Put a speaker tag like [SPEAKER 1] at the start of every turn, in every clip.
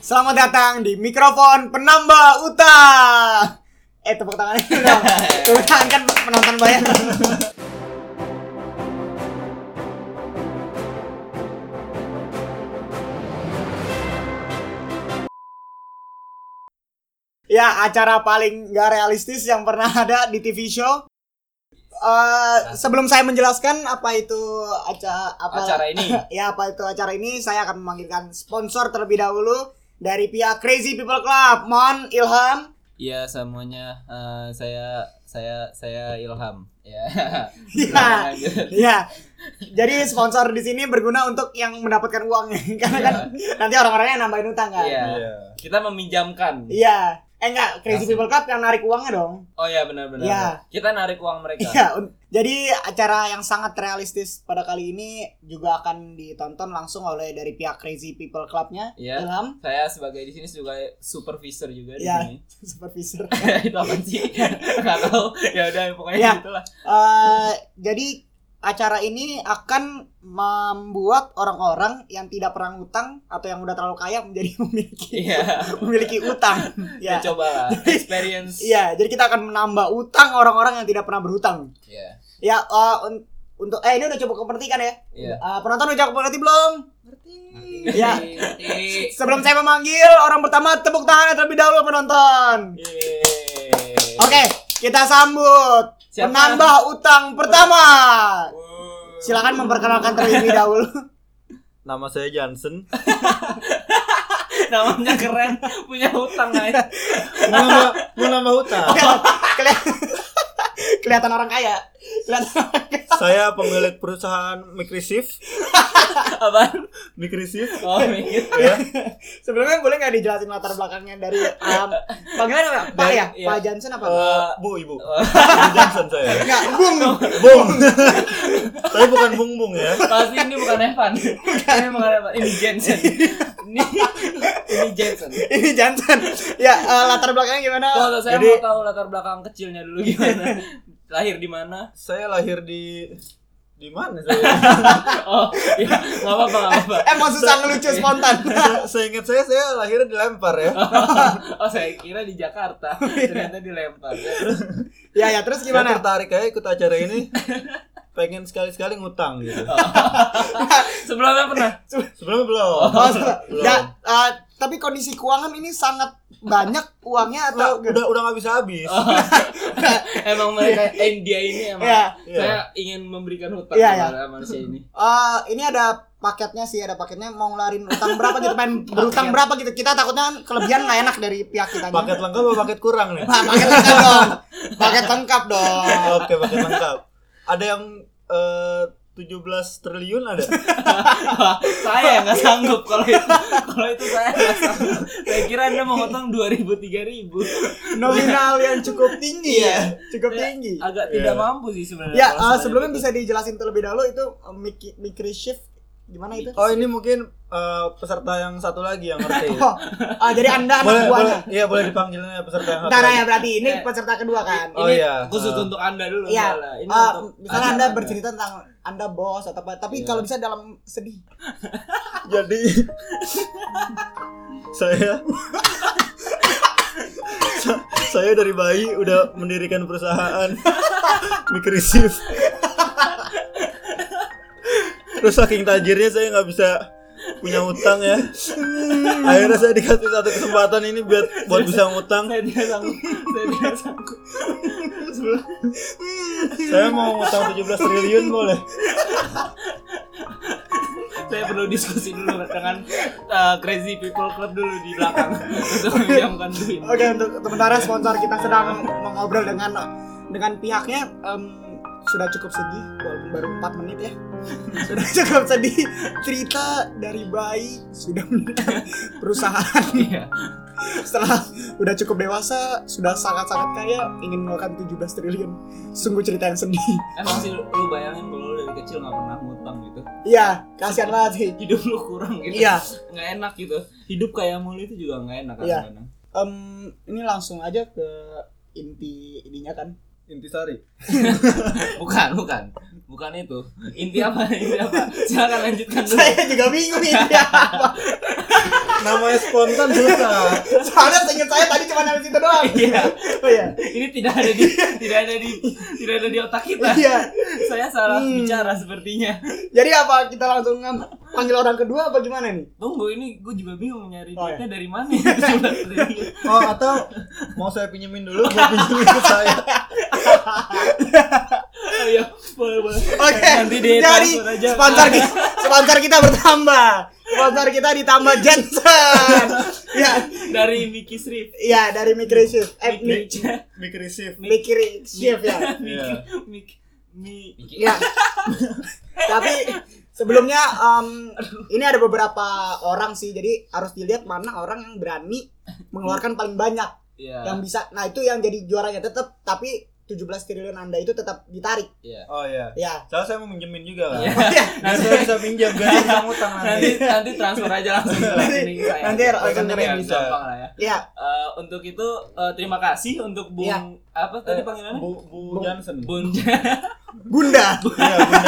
[SPEAKER 1] Selamat datang di mikrofon penambah utang. Eh tepuk tangannya dulu dong. Tepuk tangan kan penonton banyak. ya acara paling gak realistis yang pernah ada di TV show. Eh, sebelum saya menjelaskan apa itu acara apa
[SPEAKER 2] acara ini.
[SPEAKER 1] Ya, apa itu acara ini? Saya akan memanggilkan sponsor terlebih dahulu dari pihak Crazy People Club. Mon Ilham.
[SPEAKER 2] Iya semuanya eh, saya saya saya Ilham. Ya. Nah.
[SPEAKER 1] Iya. Iya. Jadi sponsor di sini berguna untuk yang mendapatkan uang karena kan nanti orang-orangnya nambahin utang kan.
[SPEAKER 2] Iya. Kita meminjamkan.
[SPEAKER 1] Iya. Eh enggak, Crazy
[SPEAKER 2] Langsung.
[SPEAKER 1] People Club yang narik uangnya dong.
[SPEAKER 2] Oh ya benar-benar.
[SPEAKER 1] Iya.
[SPEAKER 2] Kita narik uang mereka.
[SPEAKER 1] Iya. un- Jadi acara yang sangat realistis pada kali ini juga akan ditonton langsung oleh dari pihak Crazy People Club-nya.
[SPEAKER 2] Iya.
[SPEAKER 1] Ilham,
[SPEAKER 2] Saya sebagai di sini sebagai supervisor juga di
[SPEAKER 1] Iya.
[SPEAKER 2] sini.
[SPEAKER 1] supervisor.
[SPEAKER 2] itu apa sih? Enggak tahu. Ya udah pokoknya
[SPEAKER 1] Iya.
[SPEAKER 2] gitulah.
[SPEAKER 1] Eh, jadi acara ini akan membuat orang-orang yang tidak pernah utang atau yang udah terlalu kaya menjadi memiliki
[SPEAKER 2] Iya.
[SPEAKER 1] memiliki utang.
[SPEAKER 2] Ya.
[SPEAKER 1] Ya.
[SPEAKER 2] coba lah experience.
[SPEAKER 1] Iya, jadi kita akan menambah utang orang-orang yang tidak pernah berhutang.
[SPEAKER 2] Iya.
[SPEAKER 1] Ya eh, un- untuk eh ini udah coba kemertikan ya.
[SPEAKER 2] Iya.
[SPEAKER 1] Eh, penonton udah coba ngerti belum? Iya.
[SPEAKER 2] Ngerti.
[SPEAKER 1] Sebelum saya memanggil orang pertama tepuk tangan terlebih dahulu penonton.
[SPEAKER 2] Yeay.
[SPEAKER 1] Oke, kita sambut
[SPEAKER 2] Siapa?
[SPEAKER 1] penambah utang pertama.
[SPEAKER 2] Wow.
[SPEAKER 1] Silakan memperkenalkan terlebih dahulu.
[SPEAKER 3] Nama saya Johnson.
[SPEAKER 2] Namanya keren, punya hutang aja.
[SPEAKER 3] Mau nambah, mau nambah hutang.
[SPEAKER 1] Keli- kelihatan orang kaya. Kelihatan orang kaya.
[SPEAKER 3] Saya pemilik perusahaan Microsif.
[SPEAKER 2] Apaan?
[SPEAKER 3] Microsif.
[SPEAKER 2] Oh, mikir.
[SPEAKER 3] Ya.
[SPEAKER 1] Sebelumnya boleh nggak dijelasin latar belakangnya dari um, panggilan apa? Pak
[SPEAKER 2] Dari-
[SPEAKER 1] ya?
[SPEAKER 2] iya.
[SPEAKER 1] Pak Jansen apa?
[SPEAKER 3] Eh, bu, ibu. Ibu Johnson saya.
[SPEAKER 1] Enggak, Bung.
[SPEAKER 3] Bung. Tapi bukan Bung Bung ya.
[SPEAKER 2] Pasti ini bukan Evan. Ini bukan Evan. Ini Jensen.
[SPEAKER 1] Iya.
[SPEAKER 2] Ini ini Jensen.
[SPEAKER 1] Ini Jansen. Ya, eh, latar belakangnya gimana?
[SPEAKER 2] Kalau saya
[SPEAKER 3] Jadi-
[SPEAKER 2] mau tahu latar belakang kecilnya dulu gimana. Lahir di mana?
[SPEAKER 3] Saya lahir di di mana saya?
[SPEAKER 2] Oh, iya. Enggak apa-apa, enggak apa-apa.
[SPEAKER 1] Eh, mau susah ngelucu spontan.
[SPEAKER 3] Se- Seingat saya saya lahir di Lempar ya.
[SPEAKER 2] Oh, saya kira di Jakarta.
[SPEAKER 1] Iya.
[SPEAKER 2] Ternyata dilempar. Ya, Terus
[SPEAKER 1] ya, ya, terus
[SPEAKER 3] Saya
[SPEAKER 1] gimana?
[SPEAKER 3] tertarik aja ikut acara ini. Pengen sekali-sekali ngutang gitu.
[SPEAKER 2] sebelumnya pernah
[SPEAKER 3] Sebelumnya belum.
[SPEAKER 1] Oh, sudah.
[SPEAKER 3] Belum.
[SPEAKER 1] Ya, eh, tapi kondisi keuangan ini sangat banyak uangnya
[SPEAKER 3] Nah,
[SPEAKER 1] atau
[SPEAKER 3] udah udah nggak bisa habis.
[SPEAKER 2] emang mereka India ini emang
[SPEAKER 1] Iya.
[SPEAKER 2] saya ingin memberikan hutang
[SPEAKER 1] Iya, iya.
[SPEAKER 2] kepada manusia ini.
[SPEAKER 1] Eh, ini ada paketnya sih, ada paketnya mau ngelarin utang berapa gitu, pengen berutang berapa gitu. Kita takutnya kan kelebihan nggak enak dari pihak kita.
[SPEAKER 3] Paket lengkap apa paket kurang nih?
[SPEAKER 1] Nah, paket lengkap dong. Paket lengkap dong.
[SPEAKER 3] Oke, paket lengkap. Ada yang eh, 17 triliun ada.
[SPEAKER 2] saya nggak sanggup kalau itu kalau itu saya nggak sanggup saya kira anda mau potong dua ribu tiga ribu
[SPEAKER 1] Nominal yang cukup tinggi ya, cukup tinggi.
[SPEAKER 2] agak tidak
[SPEAKER 3] Iya.
[SPEAKER 2] mampu sih sebenarnya
[SPEAKER 1] Ya, eh,
[SPEAKER 2] kalau gitu. sebenarnya
[SPEAKER 1] sebelumnya
[SPEAKER 2] betul.
[SPEAKER 1] bisa dijelasin terlebih dahulu itu eh, Mickey, Mickey Shift gimana itu?
[SPEAKER 3] Oh, iya. ini mungkin eh, peserta yang satu lagi yang ngerti.
[SPEAKER 1] Oh, ah, jadi Anda anak
[SPEAKER 3] boleh, boleh,
[SPEAKER 1] buahnya.
[SPEAKER 3] iya boleh dipanggilnya peserta yang satu.
[SPEAKER 1] Bentar
[SPEAKER 3] lagi.
[SPEAKER 1] ya berarti ini
[SPEAKER 2] Eh.
[SPEAKER 1] peserta kedua kan.
[SPEAKER 3] Oh,
[SPEAKER 2] ini
[SPEAKER 3] iya.
[SPEAKER 2] khusus
[SPEAKER 3] Ah.
[SPEAKER 2] untuk anda dulu
[SPEAKER 1] Iya.
[SPEAKER 2] Lala. ini
[SPEAKER 1] Ah,
[SPEAKER 2] untuk
[SPEAKER 1] misalnya anda
[SPEAKER 2] acara
[SPEAKER 1] bercerita tentang anda bos atau apa, tapi
[SPEAKER 3] Iya.
[SPEAKER 1] kalau bisa dalam sedih.
[SPEAKER 3] Jadi saya Sa- saya dari bayi udah mendirikan perusahaan mikrisif. Terus saking tajirnya saya nggak bisa punya utang ya. Akhirnya saya dikasih satu kesempatan ini buat buat bisa ngutang.
[SPEAKER 2] saya tidak sanggup saya tidak sanggup
[SPEAKER 3] Saya mau ngutang 17 triliun boleh.
[SPEAKER 2] saya perlu diskusi dulu dengan uh, crazy people club dulu di belakang untuk menjamkan duit
[SPEAKER 1] Oke untuk sementara sponsor kita sedang mengobrol dengan dengan pihaknya em, sudah cukup sedih walaupun baru 4 menit ya sudah cukup sedih cerita dari bayi sudah mendirikan perusahaan
[SPEAKER 2] Iya.
[SPEAKER 1] setelah udah cukup dewasa sudah sangat-sangat kaya ingin mengeluarkan 17 triliun sungguh cerita yang sedih
[SPEAKER 2] emang sih lu bayangin kalau lu dari kecil nggak pernah ngutang gitu
[SPEAKER 1] iya kasihan banget sih
[SPEAKER 2] hidup lu kurang gitu
[SPEAKER 1] iya
[SPEAKER 2] nggak enak gitu hidup kayak mulu itu juga nggak enak kan
[SPEAKER 1] Iya.
[SPEAKER 2] kadang-kadang.
[SPEAKER 1] Em, ini langsung aja ke inti ininya kan
[SPEAKER 3] Intisari.
[SPEAKER 2] bukan bukan bukan itu inti apa inti apa silakan lanjutkan dulu
[SPEAKER 1] saya juga bingung ini apa
[SPEAKER 3] namanya spontan susah
[SPEAKER 1] Soalnya seingat saya tadi cuma nyampe situ doang.
[SPEAKER 2] Iya.
[SPEAKER 1] Oh iya.
[SPEAKER 2] Ini tidak ada di tidak ada di tidak ada di otak kita.
[SPEAKER 1] Iya.
[SPEAKER 2] Saya salah
[SPEAKER 1] Hmm.
[SPEAKER 2] bicara sepertinya.
[SPEAKER 1] Jadi apa kita langsung ngam- panggil orang kedua apa gimana nih?
[SPEAKER 2] Tunggu ini gue juga bingung nyari
[SPEAKER 1] Oh,
[SPEAKER 2] duitnya dari mana. ya, 17 triliun.
[SPEAKER 3] oh atau mau saya pinjemin dulu mau pinjemin ke saya
[SPEAKER 2] Oh, iya, boleh boleh.
[SPEAKER 1] Oke.
[SPEAKER 2] Nanti di
[SPEAKER 1] Jadi
[SPEAKER 2] transfer aja.
[SPEAKER 1] sponsor kita sponsor kita bertambah. Sponsor kita ditambah Jensen. Ya.
[SPEAKER 2] dari Miki Srif.
[SPEAKER 1] Iya dari Mikrisis. Eh Mi-
[SPEAKER 2] Miki
[SPEAKER 3] mic receive
[SPEAKER 1] Mikri Shift ya.
[SPEAKER 2] Miki
[SPEAKER 3] Iya.
[SPEAKER 2] Miki Mi-
[SPEAKER 1] Iya. Tapi sebelumnya em, ini ada beberapa orang sih. Jadi harus dilihat mana orang yang berani mengeluarkan paling banyak yang
[SPEAKER 2] Iya.
[SPEAKER 1] bisa. Nah, itu yang jadi juaranya tetap tapi 17 triliun Anda itu tetap ditarik.
[SPEAKER 2] Iya.
[SPEAKER 3] oh iya
[SPEAKER 1] Ya.
[SPEAKER 3] soalnya saya mau
[SPEAKER 1] Oh,
[SPEAKER 3] minjemin juga kan
[SPEAKER 2] Iya.
[SPEAKER 3] biar saya bisa pinjam biar saya bisa ngutang nanti
[SPEAKER 2] Nanti nanti transfer aja langsung ke rekening saya.
[SPEAKER 1] nanti langsung
[SPEAKER 2] Rekening
[SPEAKER 1] ke
[SPEAKER 2] yang
[SPEAKER 3] bisa.
[SPEAKER 2] gampang lah ya.
[SPEAKER 1] Ya,
[SPEAKER 2] Eh, untuk itu eh, terima kasih untuk Bung
[SPEAKER 1] Iya.
[SPEAKER 2] apa tadi
[SPEAKER 3] Eh,
[SPEAKER 2] panggilannya?
[SPEAKER 3] Bu, Bu Johnson
[SPEAKER 2] Bun
[SPEAKER 1] Bunda.
[SPEAKER 3] Iya, Bunda.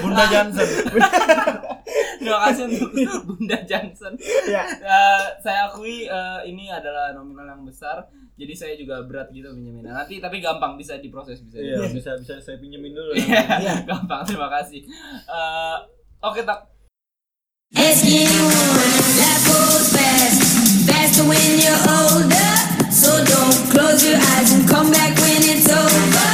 [SPEAKER 3] Bunda Johnson.
[SPEAKER 2] terima kasih untuk Bunda Johnson.
[SPEAKER 1] Ya.
[SPEAKER 2] Eh, saya akui eh, ini adalah nominal yang besar, jadi saya juga berat gitu pinjaminnya. Nanti tapi gampang bisa diproses bisa.
[SPEAKER 3] Iya,
[SPEAKER 2] diproses.
[SPEAKER 3] bisa bisa saya pinjemin dulu.
[SPEAKER 1] Iya.
[SPEAKER 2] Iya, gampang. Terima kasih. Eh, Oke tak.
[SPEAKER 4] Asking you when life goes fast, faster when you're older. So don't close your eyes and come back when it's over.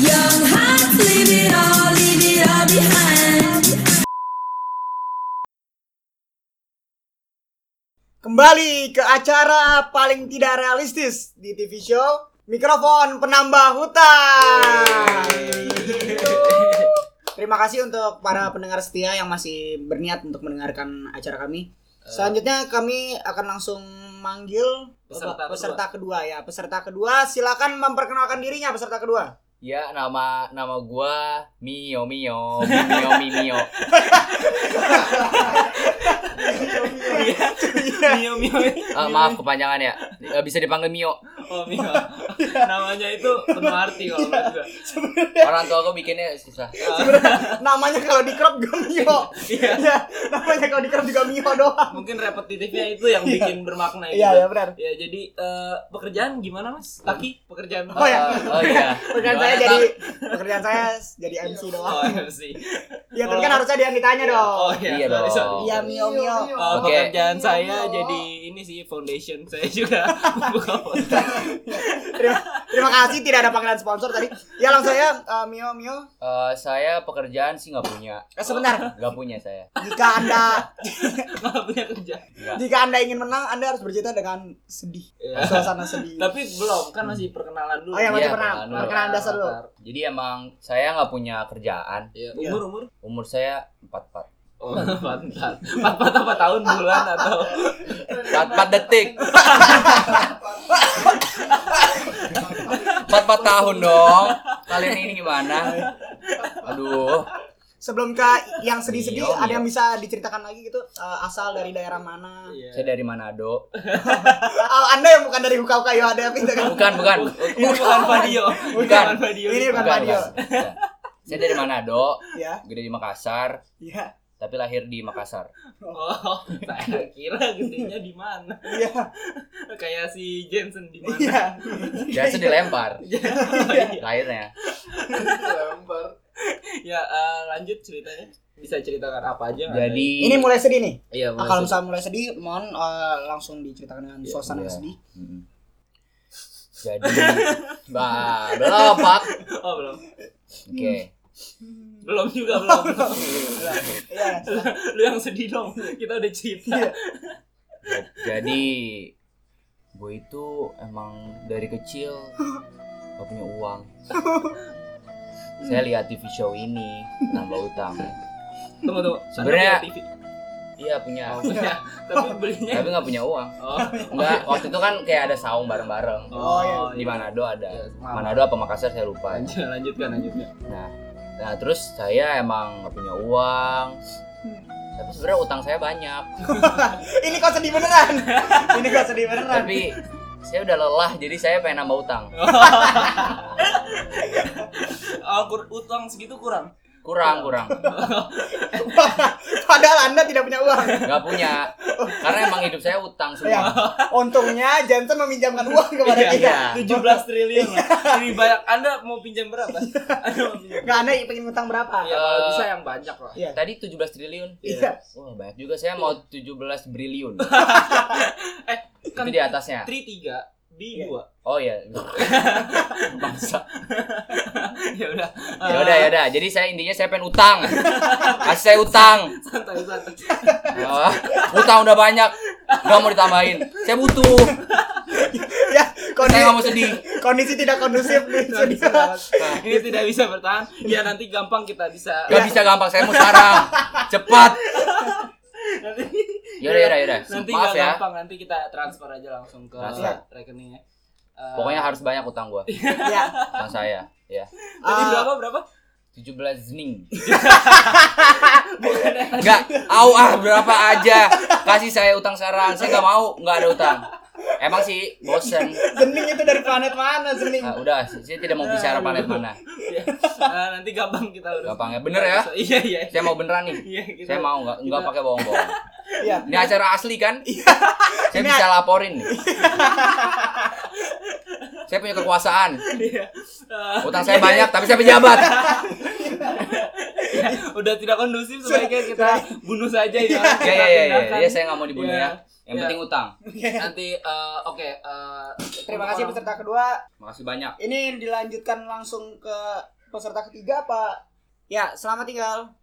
[SPEAKER 4] Young heart, leave it all, leave it all behind.
[SPEAKER 1] Kembali ke acara paling tidak realistis di TV show Mikrofon Penambah Hutan. Terima kasih untuk para pendengar setia yang masih berniat untuk mendengarkan acara kami.
[SPEAKER 5] Eh.
[SPEAKER 1] Selanjutnya kami akan langsung manggil
[SPEAKER 2] Peserta
[SPEAKER 1] kedua. ya. Peserta kedua silakan memperkenalkan dirinya peserta kedua.
[SPEAKER 5] Ya nama nama gua Mio Mio Mio Mio Mio.
[SPEAKER 1] Iya.
[SPEAKER 2] Mio Mio.
[SPEAKER 5] Ah, maaf kepanjangan ya. Eh, Bisa dipanggil Mio.
[SPEAKER 2] Oh Mio. Namanya itu penuh arti kalau menurut gua.
[SPEAKER 5] Orang tua gua bikinnya susah.
[SPEAKER 1] Namanya kalau di crop juga Mio.
[SPEAKER 2] Iya.
[SPEAKER 1] Iya, namanya kalau di crop juga Mio doang.
[SPEAKER 2] Mungkin repetitifnya itu yang bikin bermakna gitu.
[SPEAKER 1] Iya, ya benar.
[SPEAKER 2] Ya jadi eh, pekerjaan gimana Mas? Taki pekerjaan. eh,
[SPEAKER 1] Oh, ya.
[SPEAKER 5] Oh iya.
[SPEAKER 1] Pekerjaan saya
[SPEAKER 5] Gimana,
[SPEAKER 1] jadi
[SPEAKER 5] Tak?
[SPEAKER 1] pekerjaan saya jadi MC
[SPEAKER 2] Oh,
[SPEAKER 1] doang.
[SPEAKER 2] iya sih.
[SPEAKER 1] Iya, tapi kan harusnya dia yang ditanya
[SPEAKER 2] Oh
[SPEAKER 1] dong.
[SPEAKER 2] iya,
[SPEAKER 5] Iya
[SPEAKER 2] sorry,
[SPEAKER 5] dong.
[SPEAKER 2] sorry.
[SPEAKER 1] Iya, Mio Mio.
[SPEAKER 2] Eh,
[SPEAKER 5] Oke.
[SPEAKER 2] Pekerjaan saya jadi ini sih foundation saya juga buka foundation.
[SPEAKER 1] Terima, terima kasih tidak ada panggilan sponsor tadi. Ya langsung ya eh, Mio Mio.
[SPEAKER 5] Eh, saya pekerjaan sih nggak punya.
[SPEAKER 1] Eh, sebentar.
[SPEAKER 5] Nggak punya saya.
[SPEAKER 1] Jika Anda
[SPEAKER 2] Nggak punya ya, kerja.
[SPEAKER 5] Nggak.
[SPEAKER 1] jika Anda ingin menang, Anda harus bercerita dengan sedih.
[SPEAKER 2] Iya.
[SPEAKER 1] Suasana sedih.
[SPEAKER 2] Tapi belum kan masih perkenalan
[SPEAKER 1] Oh
[SPEAKER 2] dulu.
[SPEAKER 1] iya,
[SPEAKER 5] Iya,
[SPEAKER 1] masih pernah.
[SPEAKER 5] perkenalan dulu.
[SPEAKER 1] Perkenalan dasar dulu.
[SPEAKER 5] Jadi emang saya nggak punya kerjaan.
[SPEAKER 2] Iya, umur umur
[SPEAKER 5] Umur saya empat empat.
[SPEAKER 2] Oh, mantap. Empat empat apa tahun bulan atau
[SPEAKER 5] Empat empat detik. Empat empat tahun dong. Kalian ini gimana? Aduh.
[SPEAKER 1] Sebelum ke yang sedih-sedih,
[SPEAKER 5] Mio,
[SPEAKER 1] ada
[SPEAKER 5] Mio.
[SPEAKER 1] yang bisa diceritakan lagi gitu eh, asal dari daerah mana?
[SPEAKER 2] Iya.
[SPEAKER 5] Saya dari Manado.
[SPEAKER 1] Oh, anda yang bukan dari Hukau Kayo ada pindah kan?
[SPEAKER 5] Bukan, bukan.
[SPEAKER 2] Ini bukan Vadio. Ini
[SPEAKER 5] Bukan.
[SPEAKER 2] Bukan Vadio.
[SPEAKER 1] Ini bukan Vadio.
[SPEAKER 5] Bukan. Saya dari Manado,
[SPEAKER 1] Ya,
[SPEAKER 5] gede di Makassar,
[SPEAKER 1] ya,
[SPEAKER 5] tapi lahir di Makassar.
[SPEAKER 2] Oh, saya kira gedenya di mana?
[SPEAKER 1] iya,
[SPEAKER 2] Kayak si Jensen di mana?
[SPEAKER 1] iya.
[SPEAKER 5] Biasa dilempar
[SPEAKER 2] Oh, iya.
[SPEAKER 5] lahirnya.
[SPEAKER 2] ya, eh, lanjut ceritanya. Bisa ceritakan apa aja? nggak ada?
[SPEAKER 5] Jadi
[SPEAKER 1] Iya. Ini mulai sedih nih.
[SPEAKER 2] iya,
[SPEAKER 1] Ah, kalau misalnya mulai sedih, mohon eh, langsung diceritakan dengan suasana yang
[SPEAKER 5] iya.
[SPEAKER 1] sedih.
[SPEAKER 5] Mm-mm. Jadi Bah, belum, Pak.
[SPEAKER 2] Oh, belum.
[SPEAKER 5] Oke.
[SPEAKER 2] Belum juga belum.
[SPEAKER 1] Iya.
[SPEAKER 2] Lu yang sedih dong. Kita udah cerita.
[SPEAKER 5] Iya.
[SPEAKER 1] Hmm.
[SPEAKER 5] Jadi gue itu emang dari kecil gak punya uang. Saya lihat TV show ini nambah utang.
[SPEAKER 2] Tunggu tunggu. Sana
[SPEAKER 5] Sebenarnya-
[SPEAKER 2] punya TV.
[SPEAKER 5] Iya punya,
[SPEAKER 2] Oh, punya. Tapi belinya
[SPEAKER 5] tapi nggak punya uang.
[SPEAKER 2] Oh.
[SPEAKER 5] Enggak, waktu itu kan kayak ada saung bareng-bareng.
[SPEAKER 1] Oh, iya.
[SPEAKER 5] Di Manado ada.
[SPEAKER 2] Iya, maaf.
[SPEAKER 5] Manado apa Makassar saya lupa.
[SPEAKER 2] Lanjut, lanjutkan lanjutkan.
[SPEAKER 5] Nah, nah terus saya emang nggak punya uang.
[SPEAKER 1] Hmm.
[SPEAKER 5] Tapi sebenarnya utang saya banyak.
[SPEAKER 1] Ini kok sedih beneran? Ini kok sedih beneran?
[SPEAKER 5] Tapi saya udah lelah jadi saya pengen nambah utang.
[SPEAKER 2] Oh, kur- utang segitu kurang.
[SPEAKER 5] Kurang, kurang.
[SPEAKER 1] Padahal Anda tidak punya uang.
[SPEAKER 5] nggak punya karena emang hidup saya utang
[SPEAKER 1] Ya,
[SPEAKER 5] semua
[SPEAKER 1] untungnya Jansen meminjamkan uang kepada
[SPEAKER 2] Iya,
[SPEAKER 1] kita.
[SPEAKER 5] iya.
[SPEAKER 2] 17 triliun lah. Lebih banyak. Anda mau pinjam berapa? Anda mau pinjam
[SPEAKER 1] Enggak Anda pengen utang berapa?
[SPEAKER 2] Ya,
[SPEAKER 5] Eh,
[SPEAKER 2] kalau bisa yang banyak lah.
[SPEAKER 1] Iya.
[SPEAKER 5] tadi 17 triliun
[SPEAKER 1] Iya.
[SPEAKER 5] wah banyak juga saya mau 17 briliun
[SPEAKER 2] Eh, kan
[SPEAKER 5] itu di atasnya
[SPEAKER 2] 3 di
[SPEAKER 1] Iya.
[SPEAKER 2] 2.
[SPEAKER 5] oh iya bangsa
[SPEAKER 2] Ya udah.
[SPEAKER 5] ya udah ya udah jadi saya intinya saya pengen utang kasih saya utang
[SPEAKER 2] Eh, Santai santai.
[SPEAKER 5] Ah, utang udah banyak nggak mau ditambahin saya butuh
[SPEAKER 1] Ya,
[SPEAKER 5] saya nggak
[SPEAKER 1] kondisi,
[SPEAKER 5] mau sedih
[SPEAKER 1] kondisi tidak kondusif nih.
[SPEAKER 2] Nggak bisa
[SPEAKER 1] studio.
[SPEAKER 2] banget.
[SPEAKER 5] Nah,
[SPEAKER 2] Ini tidak bisa bertahan. Ya nanti gampang kita bisa.
[SPEAKER 5] Gak bisa gampang, saya mau sekarang Cepat
[SPEAKER 2] Nanti
[SPEAKER 5] Yaudah, yaudah, yaudah
[SPEAKER 2] Nanti
[SPEAKER 5] Maaf
[SPEAKER 2] nggak
[SPEAKER 5] ya
[SPEAKER 2] gampang. Nanti kita transfer aja langsung ke
[SPEAKER 5] Transfer.
[SPEAKER 2] rekeningnya. Eh,
[SPEAKER 5] Pokoknya harus banyak utang gua
[SPEAKER 2] Iya.
[SPEAKER 1] Ya.
[SPEAKER 5] Utang saya ya
[SPEAKER 2] Tadi
[SPEAKER 1] Ah.
[SPEAKER 2] berapa berapa?
[SPEAKER 5] 17 zning
[SPEAKER 2] Bukan ya.
[SPEAKER 5] Enggak, au ah berapa aja Kasih saya utang sekarang Saya gak mau, gak ada utang Emang sih, bosen
[SPEAKER 1] Zening itu dari planet mana, Zening?
[SPEAKER 5] Ah, Udah, saya tidak mau bicara planet mana
[SPEAKER 2] Eh, nanti gampang kita urus.
[SPEAKER 5] Gampang ya, bener ya
[SPEAKER 2] Iya iya.
[SPEAKER 5] Saya mau beneran nih
[SPEAKER 2] Iya gitu.
[SPEAKER 5] Saya mau, nggak nggak pakai bohong-bohong
[SPEAKER 2] Iya.
[SPEAKER 1] Ya.
[SPEAKER 5] Ini acara asli kan? Saya bisa laporin nih Saya punya kekuasaan
[SPEAKER 2] Iya. Eh,
[SPEAKER 5] Utang saya banyak, tapi saya pejabat
[SPEAKER 2] ya, udah tidak kondusif sebaiknya kita bunuh saja ini orang.
[SPEAKER 5] Iya
[SPEAKER 2] Kita
[SPEAKER 5] iya iya,
[SPEAKER 2] pindahkan.
[SPEAKER 5] iya iya saya nggak mau dibunuh
[SPEAKER 2] Iya.
[SPEAKER 5] ya. Yang
[SPEAKER 2] Iya.
[SPEAKER 5] penting utang.
[SPEAKER 2] Nanti eh, oke eh,
[SPEAKER 1] Terima kasih peserta kedua.
[SPEAKER 5] Makasih
[SPEAKER 1] Iya.
[SPEAKER 5] banyak.
[SPEAKER 1] Ini dilanjutkan langsung ke peserta ketiga apa? Ya, selamat tinggal.